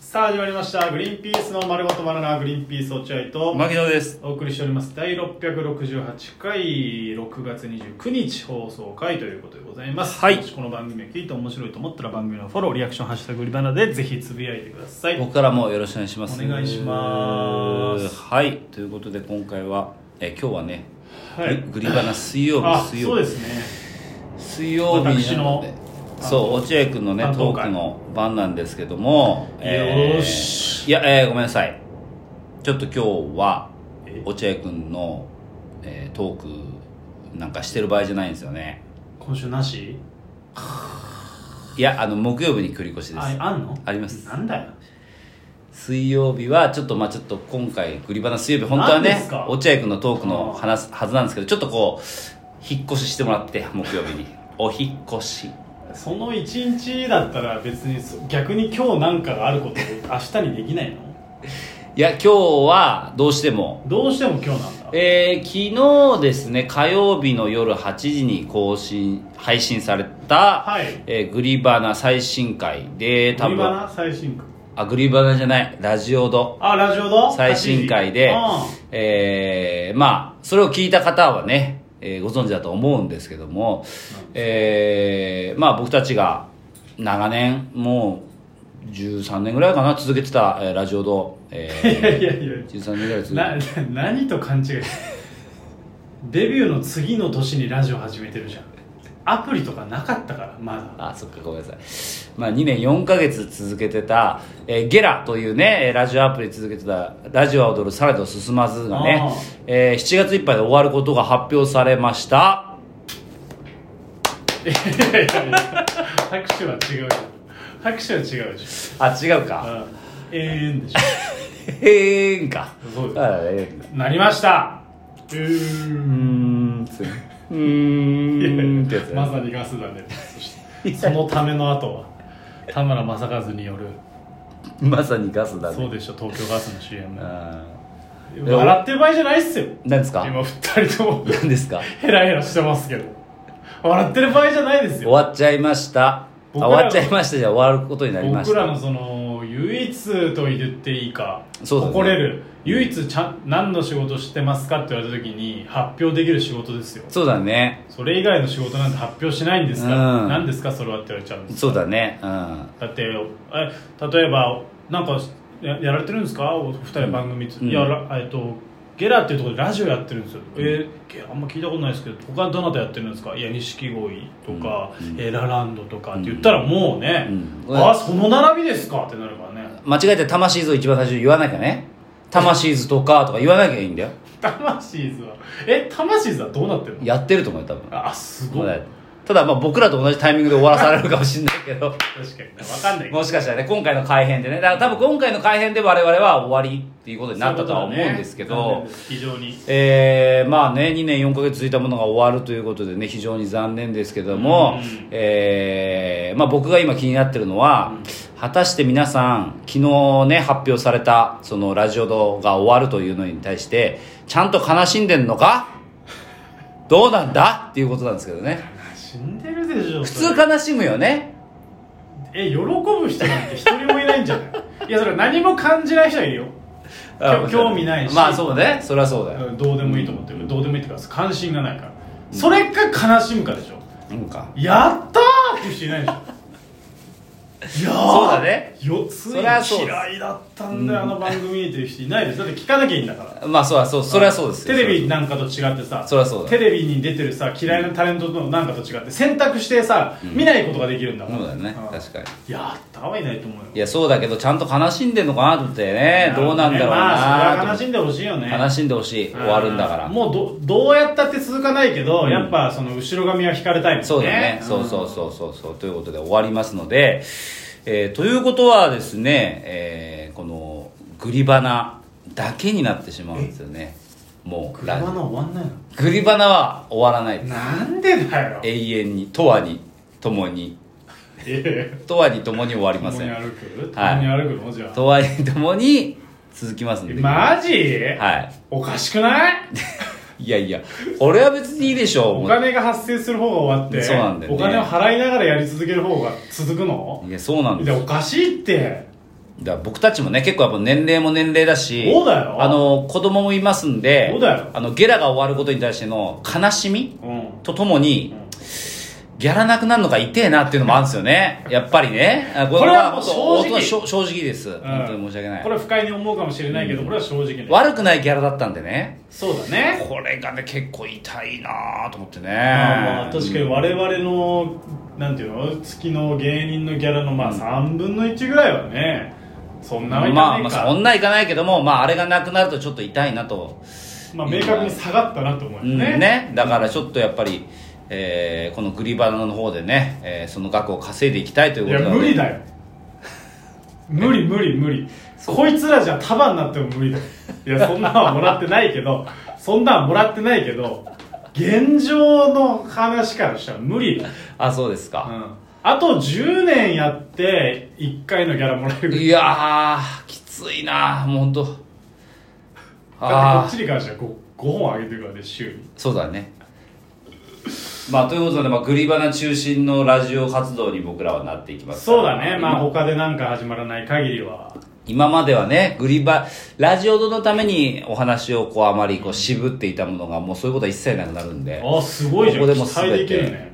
さあ始まりました「グリーンピースの丸ごとバナナグリーンピース落合」と牧野ですお送りしております第668回6月29日放送回ということでございます、はいもしこの番組を聞いて面白いと思ったら番組のフォローリアクション「ハッシュタググリバナ」でぜひつぶやいてください僕からもよろしくお願いしますお願いしますはいということで今回はえ今日はね、はいグリグリバナ水曜日あ水そ曜う日ですね水曜日私なのでそう落合君のね担当ト会ークの番なんですけどもよーしいや、えーごめんなさいちょっと今日はえ落合君の、えートークなんかしてる場合じゃないんですよね今週なしいやあの木曜日に繰り越しですああんのありますなんだよ水曜日はちょっとまあちょっと今回グリバナ水曜日本当は何でねすか落合君のトークの話すはずなんですけどちょっとこう引っ越ししてもらって木曜日にお引っ越しその一日だったら別にそ逆に今日なんかがあることを明日にできないのいや今日はどうしてもどうしても今日なんだえー昨日ですね火曜日の夜8時に更新配信された、はいえーグリバナ最新回で多グリバ分ナ最新回あグリバナじゃないラジオドあラジオの最新回でう、えーまあ、それを聞いた方はね、えーご存知だと思うんですけども、えーまあ、僕たちが長年、もう13年ぐらいかな、続けてた、えーラジオと、えんいやいやいや ー、13年ぐ らい続なけて、な何と勘違いしてデビューの次の年にラジオ始めてるじゃんアプリとかなかったからまだあ、そっか、ごめんなさい。まあ、2年4ヶ月続けてた、えーゲラというね、えーラジオアプリ続けてた、ラジオは踊る、されど進まずがねあー、えー7月いっぱいで終わることが発表されました。いやいやいや拍手は違うよ拍手は違うじあ、違うかゃ。んうんええんでしへえんか。そうですあえょなりましたうーーうんんつううーんってやつ。まさにガスだねそしてそのための後は田村正和によるまさにガスだね。そうでしょ東京ガスの CM あー笑ってる場合じゃないっすよーなんですか今二人ともなんですかヘラヘラしてますけど笑ってる場合じゃないです終よわっちゃいました。あ僕ら終わっちゃいましたじゃあ終わることになりまし僕た。らのその唯一と言っていいか、そうだね誇れる唯一ちゃん何の仕事してますかって言われた時に発表できる仕事ですよそうだね。それ以外の仕事なんて発表しないんですから、うん何ですかそれはって言われちゃうんですそうだね。うん。だってえ例えばなんかややられてるんですかお二人番組つ、うんいやらえっとゲラっていうところでラジオやってるんですよ、えーゲラあんま聞いたことないですけど他どなたやってるんですかいや錦鯉とか、えーラランドとかって言ったらもうね、うんあその並びですかってなるからね 間違えて魂図を一番最初に言わなきゃね。魂図とかとか言わなきゃいいんだよ。魂図はえ魂図はどうなってるのやってると思うよ、多分。あすごい確ただまあ僕らと同じタイミングで終わらされるかもしれないけど。かにねわかんないけどもしかしたらね、今回の改編でね、だから多分今回の改編で我々は終わりっていうことになったとは思うんですけそういうことだどね、非常にえー、まあね、2年4ヶ月続いたものが終わるということでね、非常に残念ですけどもうん、えー、まあ僕が今気になってるのは、果たして皆さん、昨日ね、発表された、そのラジオ動画が終わるというのに対して、ちゃんと悲しんでんのかどうなんだっていうことなんですけどね。死んでるでしょ普それ通悲しむよね。え喜ぶ人なんて一人もいないんじゃないい やそれ何も感じない人はいるよあ興興味ないしまあそうね、それはそうだよ。うんどうでもいいと思ってる、どうでもいいっていうか関心がないから、それか悲しむかでしょなんか。やったーっていう人いないでしょいやー そうだねよついそりゃそうです嫌いだったんだよ、あの番組っていう人いないですだって聞かなきゃいいんだからまあそうだそう、それはそうですテよ。レビなんかと違ってさそりゃそうだテレビに出てるさ嫌いなタレントのなんかと違って選択してさ、見ないことができるんだからそうだよねん、確かに。やったはいないと思うよいや、そうだけど、ちゃんと悲しんでんのかなと思ってね、どうなんだろうまあ、それはな悲しんでほしいよねと悲しんでほしい。終わるんだから。もうどどうやったって続かないけど、やっぱその後ろ髪は引かれたいもんねそうだね。そうそうそうそうそう。ということで終わりますので、えーということはですね、えーこの、グリバナだけになってしまうんですよね。もう、グララバナ終わんないグリバナは終わらないでのす。なんでだよ永遠に、とわに、ともに、とわにともに終わりま共せにん。歩くはい共に歩くのじゃあとわにともに続きますんで。マジ、はい。おかしくないいやいや、俺は別にいいでしょう。お金が発生する方が終わってそうなんだよねお金を払いながらやり続ける方が続くのいや、そうなんいでやすおかしいってだから僕たちもね結構やっぱ年齢も年齢だしそうだよあの子供もいますんでそうだよあのゲラが終わることに対しての悲しみうんとともに、うんギャラなくなるのが痛えなっていうのもあるんですよねやっぱりねあこれはもうこれ正直は本当正正直です、本当に申し訳ないこれは不快に思うかもしれないけど、これは正直ね悪くないギャラだったんでねそうだねこれがね結構痛いなと思ってねまあまあ確かに我々のなんていうの月の芸人のギャラのまあ3分の1ぐらいはねそんなわけまあ、ないまあか、そんないかないけども、まあ、あれがなくなるとちょっと痛いなと、まあ、明確に下がったなと思いまうすんね,、ねだからちょっとやっぱり、えーこのグリバナの方でね、えーその額を稼いでいきたいといういことやなので無理だ よ無理無理無理こいつらじゃ束になっても無理だよいやそんなんはもらってないけ どそんなんはもらってないけど現状の話からしたら無理だよ、あそうですうか、ん、あと10年やって1回のギャラもらえるぐらいいやーきついなもう本当だってあこっあちに関しては 5, 本あげてるからね週にそうだねまあということで、まあ、グリバナ中心のラジオ活動に僕らはなっていきますからそうだねまあ今他でなんか始まらない限りは今まではねグリバラジオのためにお話をこうあまりこう渋っていたものがもうそういうことは一切なくなるんで、あすごいじゃんここでもう期待できるね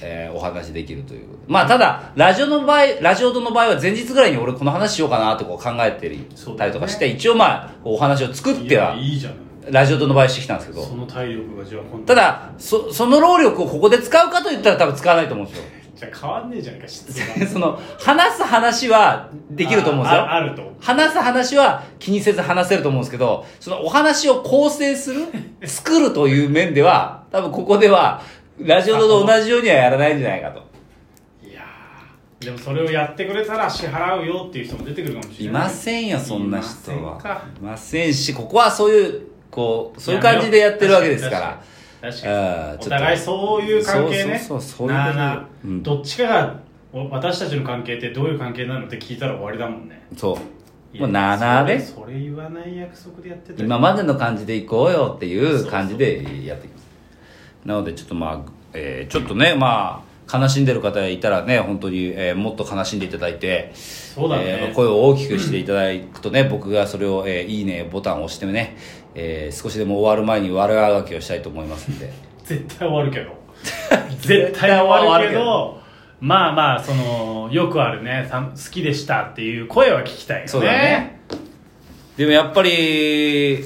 えーお話できるというまあただラジオの場合ラジオの場合は前日ぐらいに俺この話しようかなってこう考えてそうだたりねとかして、一応まあお話を作っいてやはいいじゃんラジオの場合してきたんですけそどの体力がじゃあ本た当にだそその労力をここで使うかと言ったら多分使わないと思うんですよじゃあ変わんねえじゃんか質が その話す話はできると思うんですよあああると話す話は気にせず話せると思うんですけど、そのお話を構成する、作るという面では、多分ここでは、ラジオと同じようにはやらないんじゃないかと。いやーでもそれをやってくれたら支払うよっていう人も出てくるかもしいれないませんよ、そんな人いませんはか。いませんし、ここはそういう、こう、そういう感じでやってるわけですから。確かうんにちょっとお互いそういう関係ねそうそうそうそういうことなあなあ、うんどっちかがお私たちの関係ってどういう関係なのって聞いたら終わりだもんねそう。もう7で、それそれ言わない約束でやってた今までの感じでいこうよっていう感じでやっていきますなのでちょっとまあ、えーちょっとねまあ悲しんでる方がいたらね本当に、えーもっと悲しんでいただいてそうだねえー声を大きくしていただくとね、僕がそれを、えーいいねボタンを押してね、えー少しでも終わる前に悪あがきをしたいと思いますん で絶対終わるけど 絶対終わるけどまあまあそのよくあるねさ好きでしたっていう声は聞きたいよねそうだねでもやっぱりえ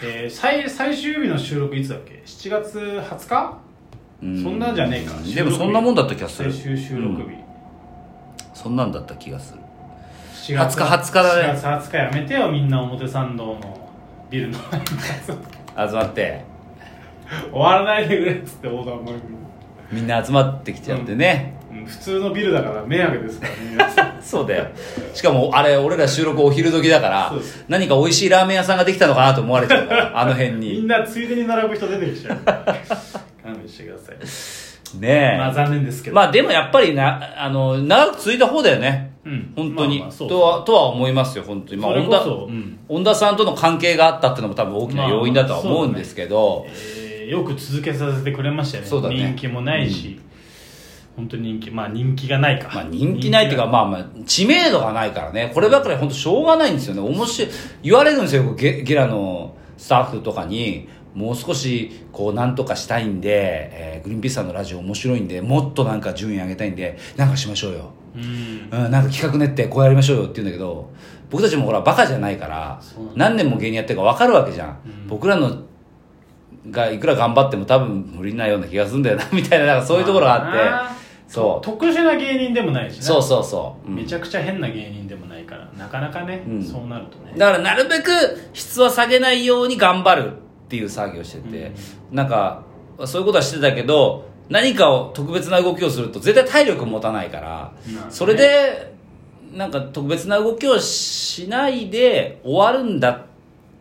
ー最最終日の収録いつだっけ7月20日、うんそんなんじゃねえかでもそんなもんだった気がする最終収録日、うんそんなんだった気がする4月20日20日だね4月20日やめてよみんな表参道のビルの 前に集まって集まって終わらないでくれっつって横断幕にみんな集まってきちゃってね、うん普通のビルだから迷惑ですからみんなそうだよしかもあれ俺ら収録お昼時だからそうです何か美味しいラーメン屋さんができたのかなと思われちゃ うからあの辺みにんなついでに並ぶ人出てき ちゃう勘弁してくださいねえ、ままあ残念ですけあ、ど、でもやっぱりなあの長く続いた方だよねうん本当に、まあまあそうとはとは思いますよ本当に、まあ、それ恩こ田そ、うん恩田さんとの関係があったっていうのも多分大きな要因だとは思うんですけど、えーよく続けさせてくれましたよねそうだね人気もないし、本当人気まあ人気がないか、まあ人気ないっていうか、人まあまあ、知名度がないからね、こればっかり本当しょうがないんですよね。面白い、言われるんですよ、ゲゲラのスタッフとかに、もう少し、こう、なんとかしたいんで、えーグリーンピースさんのラジオ面白いんで、もっとなんか順位上げたいんで、なんかしましょうよ。気がうんうん、なんか企画練ってこうやりましょうよって言うんだけど、僕たちもほら、バカじゃないからそうなん、だ何年も芸人やってるから分かるわけじゃん。うん僕らの、がいくら頑張っても多分無理ないような気がするんだよな、みたいな、なんかそういうところがまあっなて、そう。特殊な芸人でもないしなそうそうそう。うんめちゃくちゃ変な芸人でもないからなかなかね、うんそうなるとねだからなるべく質は下げないように頑張るっていう作業をしてて、なんかそういうことはしてたけど何かを特別な動きをすると絶対体力持たないから、まあねそれでなんか特別な動きをしないで終わるんだ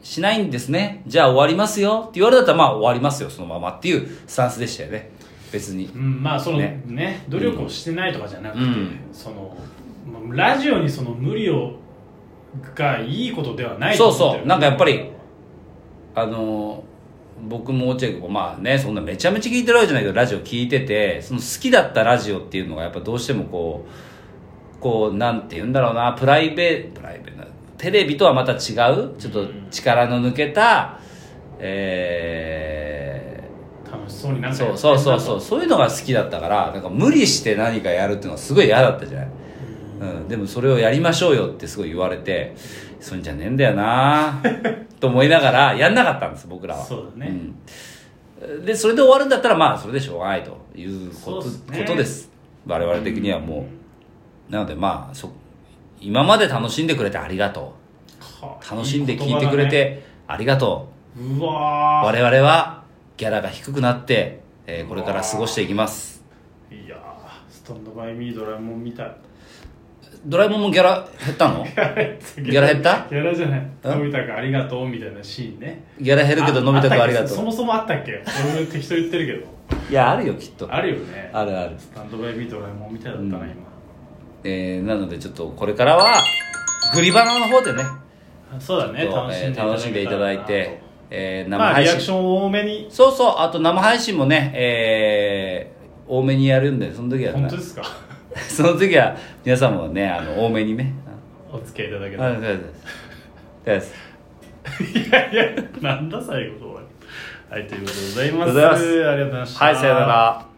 しないんですねじゃあ終わりますよって言われたらまあ終わりますよそのままっていうスタンスでしたよね別にうん、まあそのねね努力をしてないとかじゃなくて、うんそのまあラジオにその無理をがいいことではないそうそうなんかやっぱりあの僕も落合君もまあねそんなめちゃめちゃ聞いてるわけじゃないけどラジオ聞いててその好きだったラジオっていうのがやっぱどうしてもこうこうなんて言うんだろうなプライベプライベなテレビとはまた違うちょっと力の抜けた、え楽しそうになんーかやってそんうなそうそうそうそういうのが好きだったからなんか無理して何かやるっていうのはすごい嫌だったじゃない、うん、でもそれをやりましょうよってすごい言われてそんじゃねえんだ よなと思いながらやんなかったんです僕らはそうだねうんでそれで終わるんだったらまあそれでしょうがないということそうっすねことです我々的にはもうなのでまあそ今まで楽しんでくれてありがとはうあ楽しんで聞いてくれいいてありがと言葉だねううわ我々はギャラが低くなって、えーこれから過ごしていきますーいやースタンドバイミードラえもんみ たいドラえもんもギャラ減った のギギャラ減ったギャラじゃないのび太くんありがとうみたいなシーンねギャラ減るけどのび太くんありがったっけそともそもあったっけ俺適当言ってるういやあるよきっけとどあるよねあるあるスタンドバイミードラえもんみたいだったなうん今えーなのでちょっとこれからはグリバナの方でねそうだねちょっとえー楽しんでいただいて、えー生まあ配リアク信ションを多めにそうそうあと生配信もね、えー多めにやるんでその時は本当ですか その時は皆さんもねあの多めにねお付き合いいただけあたあそうですそうですいやいやなんだ最後の終わりはいということでございますありがとうございますありがとうございましたはいさよなら